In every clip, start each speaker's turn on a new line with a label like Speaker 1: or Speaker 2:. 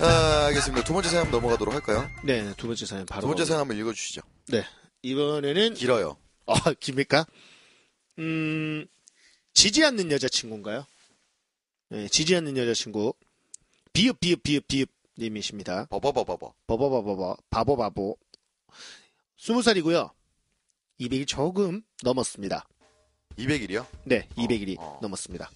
Speaker 1: 아, 알겠습니다. 두 번째 사연 넘어가도록 할까요?
Speaker 2: 네, 두 번째 사연 바로.
Speaker 1: 두 번째 사연 한번 읽어주시죠.
Speaker 2: 네. 이번에는
Speaker 1: 길어요.
Speaker 2: 아, 깁니까? 음, 지지 않는 여자친구인가요? 네, 지지 않는 여자친구. 비읍, 비읍, 비읍, 비읍 님이십니다.
Speaker 1: 버버버버버.
Speaker 2: 버버버버버, 바보바보. 스무 살이고요. 200이 조금 넘었습니다.
Speaker 1: 200일이요?
Speaker 2: 네, 200일이
Speaker 1: 어.
Speaker 2: 넘었습니다.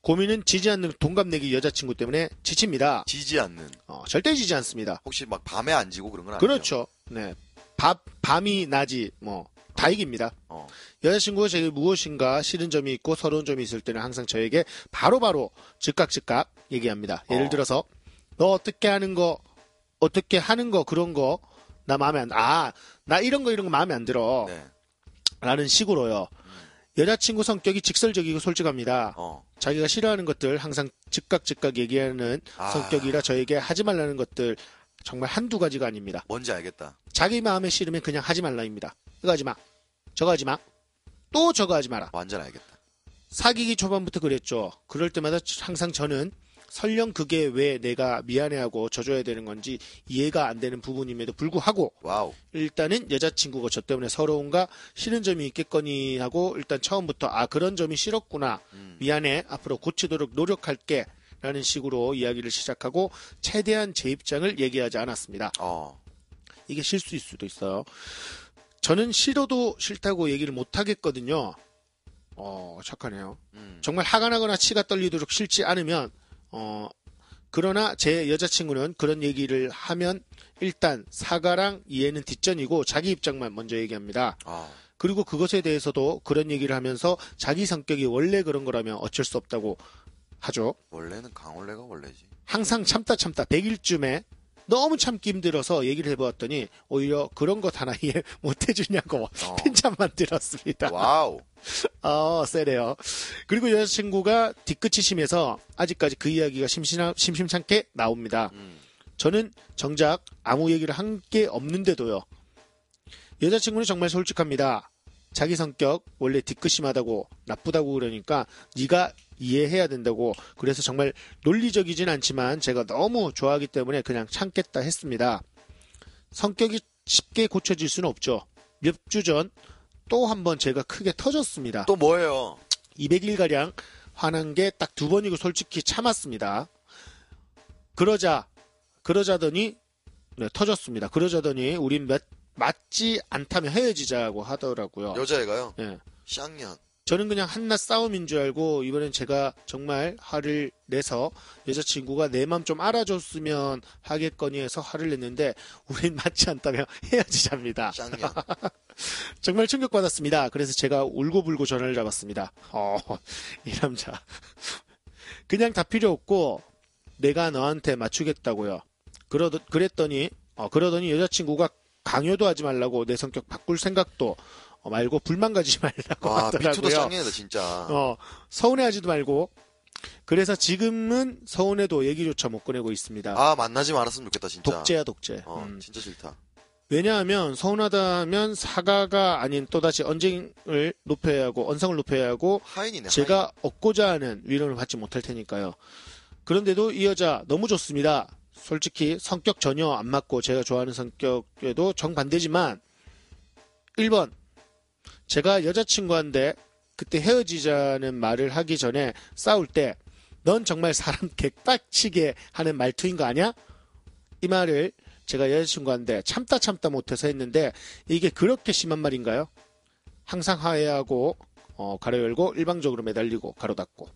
Speaker 2: 고민은 지지 않는 동갑내기 여자친구 때문에 지칩니다.
Speaker 1: 지지 않는.
Speaker 2: 어, 절대 지지 않습니다.
Speaker 1: 혹시 막 밤에 안 지고 그런 건 아니에요?
Speaker 2: 그렇죠. 네. 밤, 밤이 낮이, 뭐, 다 이깁니다.
Speaker 1: 어.
Speaker 2: 여자친구가 제게 무엇인가 싫은 점이 있고 서러운 점이 있을 때는 항상 저에게 바로바로 즉각 즉각 얘기합니다. 예를
Speaker 1: 어.
Speaker 2: 들어서 너 어떻게 하는 거 어떻게 하는 거 그런 거 나 마음에 안 아, 나 이런 거 이런 거 마음에 안 들어.
Speaker 1: 네. 음.
Speaker 2: 라는 식으로요. 여자친구 성격이 직설적이고 솔직합니다.
Speaker 1: 어.
Speaker 2: 자기가 싫어하는 것들 항상 즉각 즉각 얘기하는
Speaker 1: 아.
Speaker 2: 성격이라 저에게 하지 말라는 것들 정말 한두 가지가 아닙니다.
Speaker 1: 뭔지 알겠다.
Speaker 2: 자기 마음에 싫으면 그냥 하지 말라입니다. 이거 하지 마. 저거 하지 마. 또 저거 하지 마라.
Speaker 1: 완전 알겠다.
Speaker 2: 사귀기 초반부터 그랬죠. 그럴 때마다 항상 저는 설령 그게 왜 내가 미안해하고 져줘야 되는 건지 이해가 안 되는 부분임에도 불구하고
Speaker 1: 와우.
Speaker 2: 일단은 여자친구가 저 때문에 서러운가 싫은 점이 있겠거니 하고 일단 처음부터 아 그런 점이 싫었구나
Speaker 1: 음.
Speaker 2: 미안해 앞으로 고치도록 노력할게 라는 식으로 이야기를 시작하고 최대한 제 입장을 얘기하지 않았습니다.
Speaker 1: 어.
Speaker 2: 이게 실수일 수도 있어요. 저는 싫어도 싫다고 얘기를 못 하겠거든요. 어, 착하네요.
Speaker 1: 음.
Speaker 2: 정말 화가 나거나 치가 떨리도록 싫지 않으면, 어, 그러나 제 여자친구는 그런 얘기를 하면 일단 사과랑 이해는 뒷전이고 자기 입장만 먼저 얘기합니다.
Speaker 1: 아.
Speaker 2: 그리고 그것에 대해서도 그런 얘기를 하면서 자기 성격이 원래 그런 거라면 어쩔 수 없다고 하죠.
Speaker 1: 원래는 강원래가 원래지.
Speaker 2: 항상 참다 참다 100일쯤에 너무 참기 힘들어서 얘기를 해보았더니 오히려 그런 것 하나 이해 못 해주냐고
Speaker 1: 어.
Speaker 2: 핀잔만 들었습니다.
Speaker 1: 와우.
Speaker 2: 어, 세네요. 그리고 여자친구가 뒤끝이 심해서 아직까지 그 이야기가 심심하, 심심찮게 나옵니다.
Speaker 1: 음.
Speaker 2: 저는 정작 아무 얘기를 한 게 없는데도요. 여자친구는 정말 솔직합니다. 자기 성격 원래 뒤끝심하다고 나쁘다고 그러니까 네가 이해해야 된다고 그래서 정말 논리적이진 않지만 제가 너무 좋아하기 때문에 그냥 참겠다 했습니다. 성격이 쉽게 고쳐질 수는 없죠. 몇 주 전 또 한번 제가 크게 터졌습니다.
Speaker 1: 또 뭐예요?
Speaker 2: 200일가량 화난 게 딱 두 번이고 솔직히 참았습니다. 그러자, 그러자더니, 네, 터졌습니다. 그러자더니, 우린 맞, 맞지 않다면 헤어지자고 하더라고요.
Speaker 1: 여자애가요?
Speaker 2: 예.
Speaker 1: 쌍년.
Speaker 2: 저는 그냥 한낱 싸움인 줄 알고, 이번엔 제가 정말 화를 내서 여자친구가 내 맘 좀 알아줬으면 하겠거니 해서 화를 냈는데, 우린 맞지 않다면 헤어지자입니다.
Speaker 1: 쌍년.
Speaker 2: 정말 충격받았습니다. 그래서 제가 울고불고 전화를 잡았습니다. 어, 이 남자. 그냥 다 필요 없고, 내가 너한테 맞추겠다고요. 그러, 그랬더니, 어, 그러더니 여자친구가 강요도 하지 말라고 내 성격 바꿀 생각도 어, 말고 불만 가지지 말라고
Speaker 1: 와, 아, 미투도
Speaker 2: 하더라고요.
Speaker 1: 쌍년이다, 진짜.
Speaker 2: 어, 서운해하지도 말고. 그래서 지금은 서운해도 얘기조차 못 꺼내고 있습니다.
Speaker 1: 아, 만나지 말았으면 좋겠다, 진짜.
Speaker 2: 독재야 독재.
Speaker 1: 어,
Speaker 2: 음.
Speaker 1: 진짜 싫다.
Speaker 2: 왜냐하면 서운하다면 사과가 아닌 또다시 언쟁을 높여야 하고 언성을 높여야 하고
Speaker 1: 하인이네. 하인.
Speaker 2: 제가 얻고자 하는 위로를 받지 못할 테니까요. 그런데도 이 여자 너무 좋습니다. 솔직히 성격 전혀 안 맞고 제가 좋아하는 성격에도 정반대지만 1번 제가 여자친구한테 그때 헤어지자는 말을 하기 전에 싸울 때 넌 정말 사람 객박치게 하는 말투인 거 아니야? 이 말을 제가 여자친구한테 참다 참다 못해서 했는데 이게 그렇게 심한 말인가요? 항상 하해하고 어, 가로 열고 일방적으로 매달리고 가로 닫고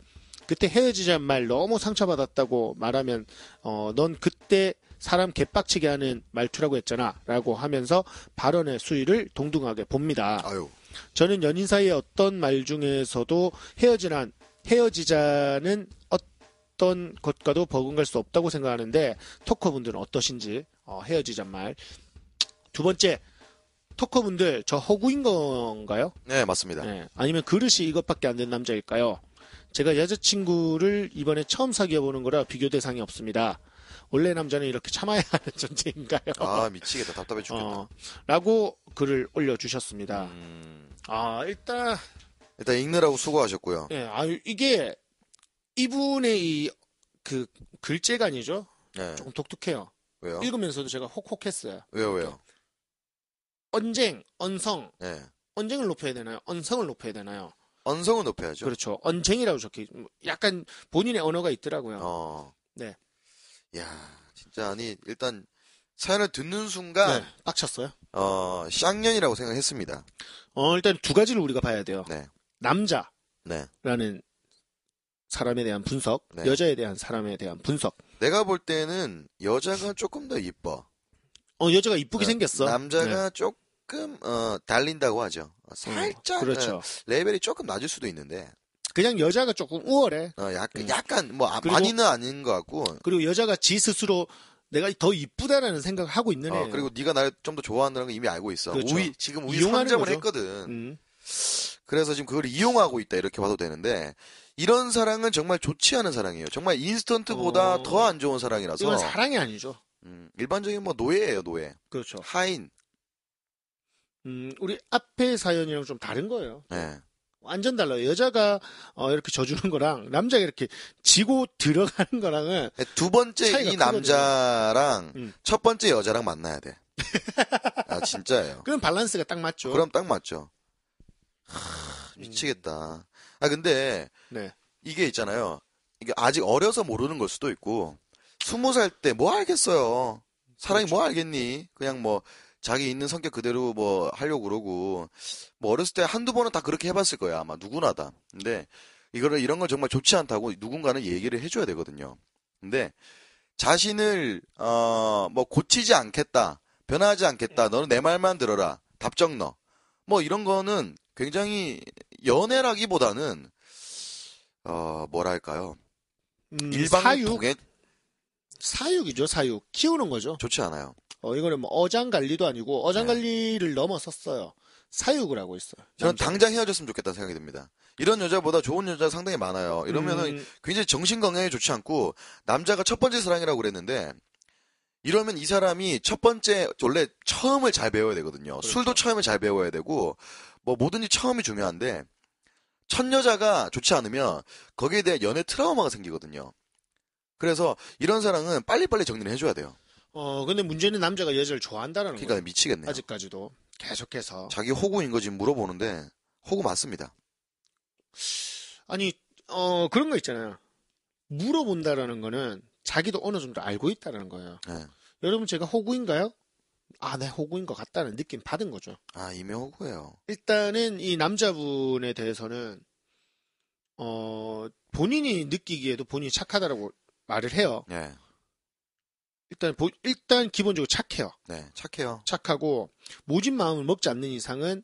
Speaker 2: 그때 헤어지자는 말 너무 상처받았다고 말하면 어, 넌 그때 사람 개빡치게 하는 말투라고 했잖아 라고 하면서 발언의 수위를 동등하게 봅니다
Speaker 1: 아유.
Speaker 2: 저는 연인 사이의 어떤 말 중에서도 헤어지란 헤어지자는 어떤 것과도 버금갈 수 없다고 생각하는데 토커분들은 어떠신지 어, 헤어지자 말 두 번째, 토커분들, 저 허구인 건가요?
Speaker 1: 네, 맞습니다.
Speaker 2: 네. 아니면 그릇이 이것밖에 안 된 남자일까요? 제가 여자친구를 이번에 처음 사귀어 보는 거라 비교 대상이 없습니다. 원래 남자는 이렇게 참아야 하는 존재인가요?
Speaker 1: 아, 미치겠다. 답답해 죽겠다.
Speaker 2: 어, 라고 글을 올려주셨습니다.
Speaker 1: 음,
Speaker 2: 아, 일단,
Speaker 1: 일단 읽느라고 수고하셨고요.
Speaker 2: 예, 아유, 이게 이분의 이, 그, 글재가 아니죠?
Speaker 1: 네.
Speaker 2: 조금 독특해요.
Speaker 1: 왜요?
Speaker 2: 읽으면서도 제가 혹혹했어요.
Speaker 1: 왜요, 왜요?
Speaker 2: 언쟁, 언성.
Speaker 1: 네.
Speaker 2: 언쟁을 높여야 되나요? 언성을 높여야 되나요?
Speaker 1: 언성은 높여야죠.
Speaker 2: 그렇죠. 언쟁이라고 적혀. 있- 약간 본인의 언어가 있더라고요.
Speaker 1: 어.
Speaker 2: 네.
Speaker 1: 야, 진짜 아니 일단 사연을 듣는 순간
Speaker 2: 네, 빡쳤어요.
Speaker 1: 어, 쌍년이라고 생각했습니다.
Speaker 2: 어, 일단 두 가지를 우리가 봐야 돼요.
Speaker 1: 네.
Speaker 2: 남자라는
Speaker 1: 네.
Speaker 2: 사람에 대한 분석,
Speaker 1: 네.
Speaker 2: 여자에 대한 사람에 대한 분석.
Speaker 1: 내가 볼 때는 여자가 조금 더 이뻐.
Speaker 2: 어, 여자가 이쁘게
Speaker 1: 어,
Speaker 2: 생겼어. 네.
Speaker 1: 남자가 조금 어, 달린다고 하죠. 어, 살짝
Speaker 2: 그렇죠.
Speaker 1: 어, 레벨이 조금 낮을 수도 있는데
Speaker 2: 그냥 여자가 조금 우월해.
Speaker 1: 어, 약간
Speaker 2: 음.
Speaker 1: 약간 뭐 아,
Speaker 2: 그리고-
Speaker 1: 많이는 아닌 것 같고
Speaker 2: 그리고 여자가 지 스스로 내가 더 이쁘다라는 생각을 하고 있는
Speaker 1: 어,
Speaker 2: 애예요.
Speaker 1: 그리고 네가 날 좀 더 좋아한다는 걸 이미 알고 있어.
Speaker 2: 그렇죠.
Speaker 1: 우위 지금 우위
Speaker 2: 이용하는
Speaker 1: 3점을
Speaker 2: 거죠.
Speaker 1: 했거든.
Speaker 2: 음.
Speaker 1: 그래서 지금 그걸 이용하고 있다 이렇게 봐도 되는데 이런 사랑은 정말 좋지 않은 사랑이에요. 정말 인스턴트보다
Speaker 2: 어.
Speaker 1: 더 안 좋은
Speaker 2: 이건
Speaker 1: 사랑이라서
Speaker 2: 사랑이 아니죠.
Speaker 1: 음, 일반적인 뭐 노예예요 노예.
Speaker 2: 그렇죠.
Speaker 1: 하인.
Speaker 2: 음, 우리 앞에 사연이랑 좀 다른 거예요.
Speaker 1: 네.
Speaker 2: 완전 달라요. 여자가 어, 이렇게 져주는 거랑 남자가 이렇게 지고 들어가는 거랑은
Speaker 1: 예. 두 번째
Speaker 2: 차이가
Speaker 1: 이
Speaker 2: 크거든요.
Speaker 1: 남자랑
Speaker 2: 음.
Speaker 1: 첫 번째 여자랑 만나야 돼. 아 진짜예요.
Speaker 2: 그럼 밸런스가 딱 맞죠. 음.
Speaker 1: 그럼 딱 맞죠. 하, 미치겠다. 아 근데
Speaker 2: 네.
Speaker 1: 이게 있잖아요. 이게 아직 어려서 모르는 걸 수도 있고 스무 살 때 뭐 알겠어요. 사람이 뭐 알겠니? 그냥 뭐 자기 있는 성격 그대로 뭐 하려고 그러고 뭐 어렸을 때 한두 번은 다 그렇게 해봤을 거야 아마 누구나 다. 근데 이거를 이런 걸 정말 좋지 않다고 누군가는 얘기를 해줘야 되거든요. 근데 자신을 어 뭐 고치지 않겠다, 변하지 않겠다. 너는 내 말만 들어라. 답정 너. 뭐 이런 거는 굉장히 연애라기보다는 어 뭐랄까요
Speaker 2: 음, 사육,
Speaker 1: 일방통에
Speaker 2: 사육이죠. 사육 키우는 거죠.
Speaker 1: 좋지 않아요.
Speaker 2: 어, 이거는 뭐 어장 관리도 아니고 어장
Speaker 1: 네.
Speaker 2: 관리를 넘어섰어요. 사육을 하고 있어요.
Speaker 1: 저는 당장 헤어졌으면 좋겠다는 생각이 듭니다. 이런 여자보다 좋은 여자 상당히 많아요. 이러면은
Speaker 2: 음,
Speaker 1: 굉장히 정신 건강에 좋지 않고 남자가 첫 번째 사랑이라고 그랬는데 이러면 이 사람이 첫 번째 원래 처음을 잘 배워야 되거든요.
Speaker 2: 그렇죠.
Speaker 1: 술도 처음에 잘 배워야 되고 뭐 뭐든지 처음이 중요한데 첫 여자가 좋지 않으면 거기에 대한 연애 트라우마가 생기거든요. 그래서 이런 사랑은 빨리빨리 정리를 해줘야 돼요.
Speaker 2: 어 근데 문제는 남자가 여자를 좋아한다라는 거예요.
Speaker 1: 그러니까 미치겠네요.
Speaker 2: 아직까지도 계속해서
Speaker 1: 자기 호구인 거 지금 물어보는데 호구 맞습니다.
Speaker 2: 아니 어 그런 거 있잖아요. 물어본다라는 거는 자기도 어느 정도 알고 있다라는 거예요.
Speaker 1: 예.
Speaker 2: 여러분 제가 호구인가요? 아, 내 호구인 것 같다는 느낌 받은 거죠.
Speaker 1: 아 이미 호구예요.
Speaker 2: 일단은 이 남자분에 대해서는 어 본인이 느끼기에도 본인이 착하다라고 말을 해요.
Speaker 1: 네,
Speaker 2: 일단 보- 일단 기본적으로 착해요.
Speaker 1: 네 착해요.
Speaker 2: 착하고 모진 마음을 먹지 않는 이상은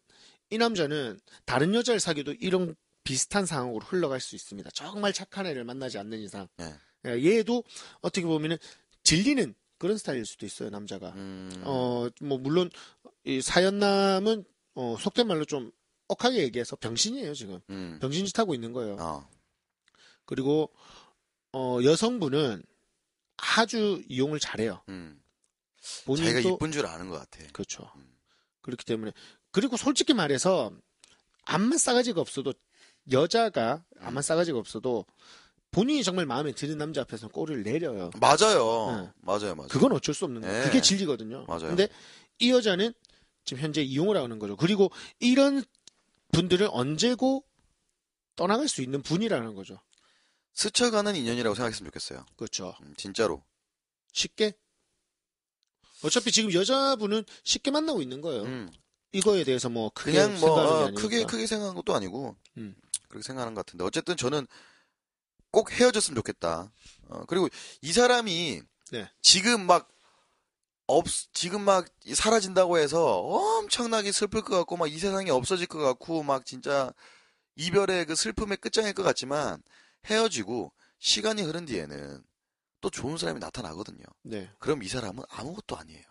Speaker 2: 이 남자는 다른 여자를 사귀도 이런 비슷한 상황으로 흘러갈 수 있습니다. 정말 착한 애를 만나지 않는 이상.
Speaker 1: 네.
Speaker 2: 예, 얘도 어떻게 보면은 질리는 그런 스타일일 수도 있어요, 남자가.
Speaker 1: 음,
Speaker 2: 어, 뭐, 물론, 이 사연남은, 어, 속된 말로 좀 억하게 얘기해서 병신이에요, 지금.
Speaker 1: 음,
Speaker 2: 병신짓 하고 있는 거예요.
Speaker 1: 어,
Speaker 2: 그리고, 어, 여성분은 아주 이용을 잘해요.
Speaker 1: 음. 자기가
Speaker 2: 본인도.
Speaker 1: 이쁜 줄 아는 것 같아.
Speaker 2: 그렇죠.
Speaker 1: 음.
Speaker 2: 그렇기 때문에. 그리고 솔직히 말해서, 암만 싸가지가 없어도, 여자가
Speaker 1: 음.
Speaker 2: 암만 싸가지가 없어도, 본인이 정말 마음에 드는 남자 앞에서 꼬리를 내려요.
Speaker 1: 맞아요,
Speaker 2: 네.
Speaker 1: 맞아요, 맞아요.
Speaker 2: 그건 어쩔 수 없는 거예요.
Speaker 1: 네.
Speaker 2: 그게 진리거든요.
Speaker 1: 맞아요.
Speaker 2: 근데 이 여자는 지금 현재 이용을 하는 거죠. 그리고 이런 분들을 언제고 떠나갈 수 있는 분이라는 거죠.
Speaker 1: 스쳐가는 인연이라고 생각했으면 좋겠어요.
Speaker 2: 그렇죠.
Speaker 1: 음, 진짜로.
Speaker 2: 쉽게. 어차피 지금 여자분은 쉽게 만나고 있는 거예요.
Speaker 1: 음,
Speaker 2: 이거에 대해서 뭐 크게
Speaker 1: 그냥 뭐
Speaker 2: 생각하는 게
Speaker 1: 어,
Speaker 2: 아니니까.
Speaker 1: 크게 크게 생각한 것도 아니고
Speaker 2: 음.
Speaker 1: 그렇게 생각하는 것 같은데 어쨌든 저는 꼭 헤어졌으면 좋겠다. 어, 그리고 이 사람이
Speaker 2: 네.
Speaker 1: 지금 막 없, 지금 막 사라진다고 해서 엄청나게 슬플 것 같고, 막 이 세상이 없어질 것 같고, 막 진짜 이별의 그 슬픔의 끝장일 것 같지만 헤어지고 시간이 흐른 뒤에는 또 좋은 사람이 나타나거든요.
Speaker 2: 네.
Speaker 1: 그럼 이 사람은 아무것도 아니에요.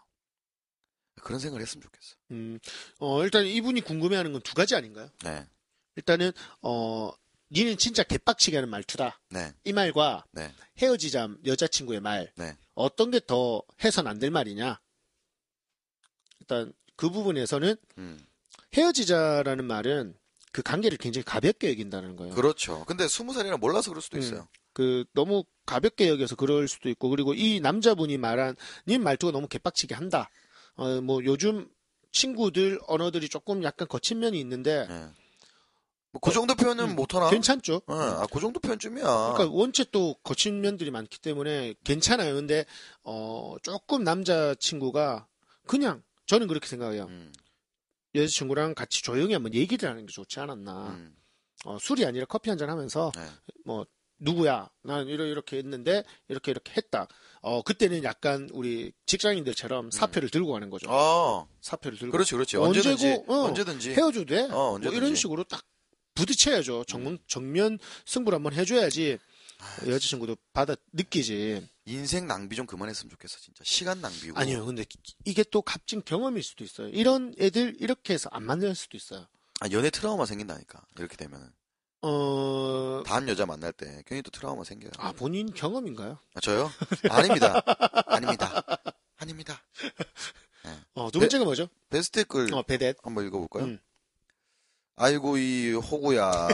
Speaker 1: 그런 생각을 했으면 좋겠어.
Speaker 2: 음, 어, 일단 이분이 궁금해하는 건 두 가지 아닌가요?
Speaker 1: 네,
Speaker 2: 일단은 어, 니는 진짜 개빡치게 하는 말투다.
Speaker 1: 네,
Speaker 2: 이 말과
Speaker 1: 네.
Speaker 2: 헤어지자 여자친구의 말
Speaker 1: 네.
Speaker 2: 어떤 게 더 해선 안 될 말이냐? 일단 그 부분에서는
Speaker 1: 음,
Speaker 2: 헤어지자라는 말은 그 관계를 굉장히 가볍게 여긴다는 거예요.
Speaker 1: 그렇죠. 근데 스무 살이라 몰라서 그럴 수도
Speaker 2: 음.
Speaker 1: 있어요.
Speaker 2: 그 너무 가볍게 여겨서 그럴 수도 있고 그리고 이 남자분이 말한 님 말투가 너무 개빡치게 한다. 어 뭐 요즘 친구들 언어들이 조금 약간 거친 면이 있는데
Speaker 1: 네. 뭐그 정도 표현은
Speaker 2: 예. 음,
Speaker 1: 못하나?
Speaker 2: 괜찮죠?
Speaker 1: 예, 아, 그 정도 표현쯤이야.
Speaker 2: 그러니까 원체 또 거친 면들이 많기 때문에 괜찮아요. 근데 어 조금 남자 친구가 그냥 저는 그렇게 생각해요.
Speaker 1: 음,
Speaker 2: 여자친구랑 같이 조용히 한번 얘기를 하는 게 좋지 않았나.
Speaker 1: 음,
Speaker 2: 어, 술이 아니라 커피 한 잔 하면서
Speaker 1: 네.
Speaker 2: 뭐 누구야? 난 이러 이렇게 했는데 이렇게 이렇게 했다. 어 그때는 약간 우리 직장인들처럼 사표를 들고 가는 거죠.
Speaker 1: 아,
Speaker 2: 사표를 들고
Speaker 1: 음. 그렇지, 그렇지.
Speaker 2: 언제고,
Speaker 1: 언제든지,
Speaker 2: 어,
Speaker 1: 언제든지.
Speaker 2: 헤어져도 돼.
Speaker 1: 어,
Speaker 2: 뭐
Speaker 1: 언제든지. 음.
Speaker 2: 이런 식으로 딱 부딪혀야죠. 정면 정면 승부를 한번 해줘야지
Speaker 1: 아,
Speaker 2: 여자친구도 받아 느끼지.
Speaker 1: 인생 낭비 좀 그만했으면 좋겠어, 진짜. 시간 낭비고.
Speaker 2: 아니요, 근데 이게 또 값진 경험일 수도 있어요. 이런 애들 이렇게 해서 안 만날 수도 있어요.
Speaker 1: 아, 연애 트라우마 생긴다니까. 이렇게 되면은.
Speaker 2: 어,
Speaker 1: 다음 여자 만날 때 괜히 또 트라우마 생겨요.
Speaker 2: 아 본인 경험인가요?
Speaker 1: 아, 저요? 아닙니다. 아닙니다. 아닙니다.
Speaker 2: 어,
Speaker 1: 네.
Speaker 2: 두 번째가 뭐죠?
Speaker 1: 베스트 글
Speaker 2: 어, 베댓.
Speaker 1: 한번 읽어볼까요?
Speaker 2: 음.
Speaker 1: 아이고, 이 호구야.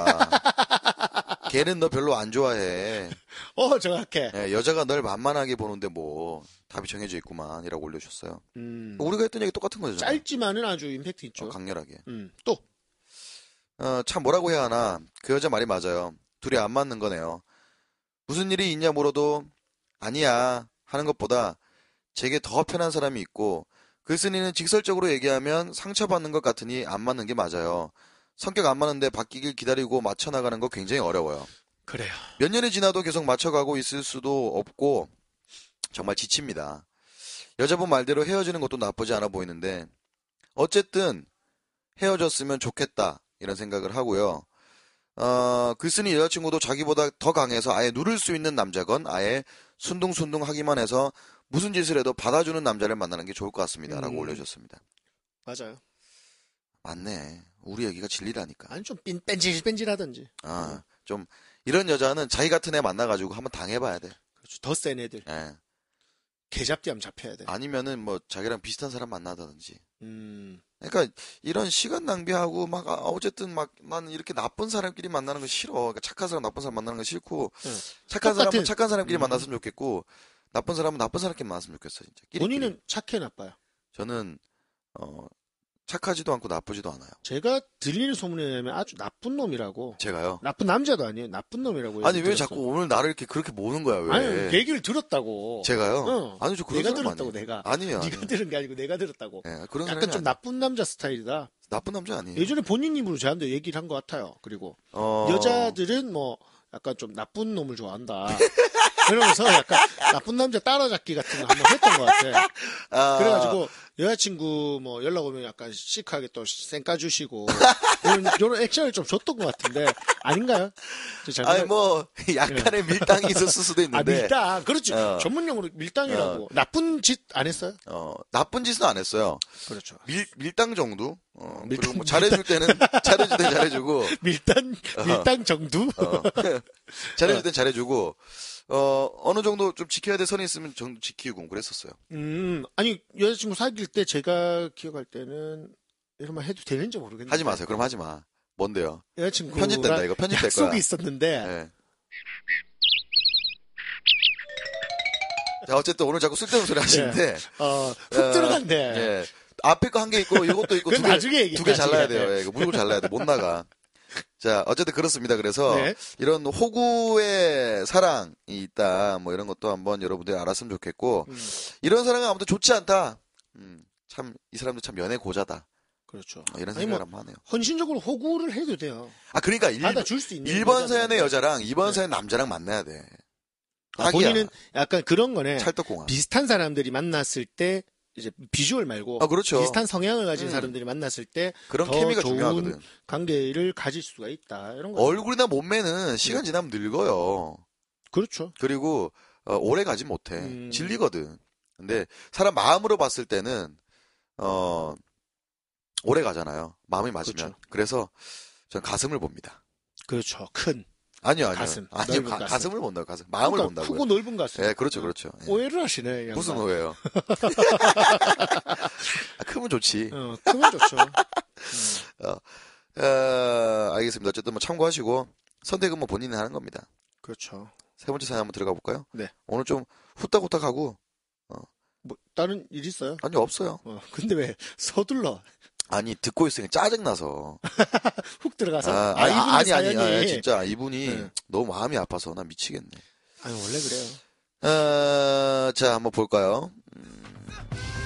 Speaker 1: 걔는 너 별로 안 좋아해.
Speaker 2: 어, 정확해.
Speaker 1: 예, 여자가 널 만만하게 보는데 뭐 답이 정해져 있구만 이라고 올려주셨어요.
Speaker 2: 음,
Speaker 1: 우리가 했던 얘기 똑같은 거죠.
Speaker 2: 짧지만은 아주 임팩트 있죠.
Speaker 1: 네. 어, 강렬하게.
Speaker 2: 음, 또.
Speaker 1: 어, 참 뭐라고 해야 하나. 그 여자 말이 맞아요. 둘이 안 맞는 거네요. 무슨 일이 있냐 물어도 아니야 하는 것보다 제게 더 편한 사람이 있고 글쓴이는 직설적으로 얘기하면 상처받는 것 같으니 안 맞는 게 맞아요. 성격 안 맞는데 바뀌길 기다리고 맞춰나가는 거 굉장히 어려워요.
Speaker 2: 그래요.
Speaker 1: 몇 년이 지나도 계속 맞춰가고 있을 수도 없고 정말 지칩니다. 여자분 말대로 헤어지는 것도 나쁘지 않아 보이는데 어쨌든 헤어졌으면 좋겠다 이런 생각을 하고요. 어, 글쓴이 여자친구도 자기보다 더 강해서 아예 누를 수 있는 남자건 아예 순둥순둥 하기만 해서 무슨 짓을 해도 받아주는 남자를 만나는 게 좋을 것 같습니다. 라고
Speaker 2: 음.
Speaker 1: 올려주셨습니다.
Speaker 2: 맞아요.
Speaker 1: 맞네. 우리 얘기가 진리라니까.
Speaker 2: 아니, 좀 삔- 뺀질뺀질하던지.
Speaker 1: 아, 좀 이런 여자는 자기 같은 애 만나가지고 한번 당해봐야 돼.
Speaker 2: 그렇죠. 더 센 애들.
Speaker 1: 예.
Speaker 2: 개잡디하면 잡혀야 돼.
Speaker 1: 아니면은 뭐 자기랑 비슷한 사람 만나다든지.
Speaker 2: 음,
Speaker 1: 그러니까 이런 시간 낭비하고 막 아, 어쨌든 막 나는 이렇게 나쁜 사람끼리 만나는 거 싫어. 그러니까 착한 사람 나쁜 사람 만나는 거 싫고
Speaker 2: 응.
Speaker 1: 착한
Speaker 2: 네. 똑같은-
Speaker 1: 사람은 착한 사람끼리
Speaker 2: 음.
Speaker 1: 만났으면 좋겠고 나쁜 사람은 나쁜 사람끼리 만났으면 좋겠어 진짜. 끼리끼리.
Speaker 2: 본인은 착해, 나빠요.
Speaker 1: 저는 어 착하지도 않고 나쁘지도 않아요.
Speaker 2: 제가 들리는 소문에 의하면 아주 나쁜 놈이라고.
Speaker 1: 제가요.
Speaker 2: 나쁜 남자도 아니에요. 나쁜 놈이라고.
Speaker 1: 아니 왜
Speaker 2: 뭐 들었어요.
Speaker 1: 자꾸 오늘 나를 이렇게 그렇게 모으는 거야 왜?
Speaker 2: 아니, 그 얘기를 들었다고.
Speaker 1: 제가요.
Speaker 2: 어.
Speaker 1: 아니 저 그런
Speaker 2: 내가
Speaker 1: 사람
Speaker 2: 들었다고,
Speaker 1: 아니에요.
Speaker 2: 내가.
Speaker 1: 아니에요. 아니에요.
Speaker 2: 네가 들은 게 아니고 내가 들었다고.
Speaker 1: 예, 그런 사람이
Speaker 2: 약간 좀
Speaker 1: 아니-
Speaker 2: 나쁜 남자 스타일이다.
Speaker 1: 나쁜 남자 아니에요.
Speaker 2: 예전에 본인 입으로 저한테 얘기를 한 것 같아요. 그리고
Speaker 1: 어...
Speaker 2: 여자들은 뭐 약간 좀 나쁜 놈을 좋아한다. 그러면서 약간 나쁜 남자 따라잡기 같은 거 한번 했던 것 같아.
Speaker 1: 아,
Speaker 2: 그래가지고 여자친구 뭐 연락 오면 약간 시크하게 또 쌩까주시고 이런, 이런 액션을 좀 줬던 것 같은데 아닌가요? 저 잘,
Speaker 1: 아니
Speaker 2: 생각-
Speaker 1: 뭐 약간의 밀당이 있었을 수도
Speaker 2: 네. 아
Speaker 1: 있는데
Speaker 2: 밀당 그렇지
Speaker 1: 어.
Speaker 2: 전문용어로 밀당이라고 나쁜 짓 안 했어요?
Speaker 1: 어, 나쁜 짓은 안 했어요.
Speaker 2: 그렇죠.
Speaker 1: 밀, 밀당 정도? 어, 그리고
Speaker 2: 밀당-
Speaker 1: 뭐 잘해줄 때는, 잘해줄 땐 잘해주고,
Speaker 2: 밀당 밀당 정두
Speaker 1: 어, 잘해줄 땐 잘해주고, 어, 어느 정도 좀 지켜야 될 선이 있으면 정도 지키고 뭐 그랬었어요.
Speaker 2: 음, 아니, 여자친구 사귈 때 제가 기억할 때는 이런 말 해도 되는지 모르겠는데.
Speaker 1: 하지 마세요. 그럼 하지 마. 뭔데요?
Speaker 2: 여자친구랑
Speaker 1: 편집된다, 이거 편집될
Speaker 2: 약속이
Speaker 1: 거야.
Speaker 2: 있었는데
Speaker 1: 예. 자, 어쨌든 오늘 자꾸 쓸데없는
Speaker 2: 네.
Speaker 1: 소리 하시는데,
Speaker 2: 어, 훅
Speaker 1: 어,
Speaker 2: 들어간대.
Speaker 1: 예. 앞에 거 한 개 있고, 이것도 있고,
Speaker 2: 그건
Speaker 1: 두 개,
Speaker 2: 나중에 얘기해.
Speaker 1: 두 개
Speaker 2: 나중에.
Speaker 1: 잘라야 돼요. 예, 이거 무조건 잘라야 돼. 못 나가. 자, 어쨌든 그렇습니다. 그래서
Speaker 2: 네.
Speaker 1: 이런 호구의 사랑이 있다, 뭐 이런 것도 한번 여러분들이 알았으면 좋겠고,
Speaker 2: 음,
Speaker 1: 이런 사랑은 아무튼 좋지 않다. 음, 참, 이 사람도 참 연애 고자다.
Speaker 2: 그렇죠.
Speaker 1: 뭐 이런
Speaker 2: 아니,
Speaker 1: 생각을
Speaker 2: 뭐
Speaker 1: 한번 하네요.
Speaker 2: 헌신적으로 호구를 해도 돼요.
Speaker 1: 아, 그러니까 일,
Speaker 2: 받아 줄 수 있는.
Speaker 1: 1번
Speaker 2: 여자들은.
Speaker 1: 사연의 여자랑 2번
Speaker 2: 네.
Speaker 1: 사연 남자랑 만나야 돼.
Speaker 2: 아,
Speaker 1: 딱이야.
Speaker 2: 본인은 약간 그런 거네.
Speaker 1: 찰떡궁합.
Speaker 2: 비슷한 사람들이 만났을 때 이제 비주얼 말고
Speaker 1: 아, 그렇죠.
Speaker 2: 비슷한 성향을 가진
Speaker 1: 음.
Speaker 2: 사람들이 만났을 때
Speaker 1: 그런
Speaker 2: 더
Speaker 1: 케미가
Speaker 2: 좋은
Speaker 1: 중요하거든.
Speaker 2: 관계를 가질 수가 있다. 이런 거.
Speaker 1: 얼굴이나 몸매는 시간 지나면 늙어요.
Speaker 2: 그렇죠.
Speaker 1: 그리고 어, 오래 가지 못해
Speaker 2: 음.
Speaker 1: 질리거든. 근데 사람 마음으로 봤을 때는 어, 오래 가잖아요. 마음이 맞으면.
Speaker 2: 그렇죠.
Speaker 1: 그래서전 가슴을 봅니다.
Speaker 2: 그렇죠. 큰.
Speaker 1: 아니요, 아니요.
Speaker 2: 가슴.
Speaker 1: 아니요,
Speaker 2: 넓은
Speaker 1: 가,
Speaker 2: 가슴.
Speaker 1: 가슴을 본다고, 가슴. 마음을
Speaker 2: 그러니까
Speaker 1: 본다고요.
Speaker 2: 크고 넓은 가슴.
Speaker 1: 예, 그렇죠, 그렇죠. 예.
Speaker 2: 오해를 하시네. 이 양반.
Speaker 1: 무슨 오해요? 아, 크면 좋지.
Speaker 2: 어, 크면 좋죠. 음,
Speaker 1: 어, 알겠습니다. 어쨌든 뭐 참고하시고 선택은 뭐 본인이 하는 겁니다.
Speaker 2: 그렇죠.
Speaker 1: 세 번째 사연 한번 들어가 볼까요?
Speaker 2: 네.
Speaker 1: 오늘 좀 후딱후딱하고
Speaker 2: 뭐 다른 일 있어요?
Speaker 1: 아니 없어요.
Speaker 2: 어, 근데 왜 서둘러
Speaker 1: 아니 듣고 있으니 짜증 나서.
Speaker 2: 훅 들어가서
Speaker 1: 아,
Speaker 2: 아, 이분의
Speaker 1: 아니 아니
Speaker 2: 사연이
Speaker 1: 아니, 아니, 진짜 이분이
Speaker 2: 네.
Speaker 1: 너무 마음이 아파서 난 미치겠네.
Speaker 2: 아니, 원래 그래요.
Speaker 1: 어, 자 한번 볼까요? 음.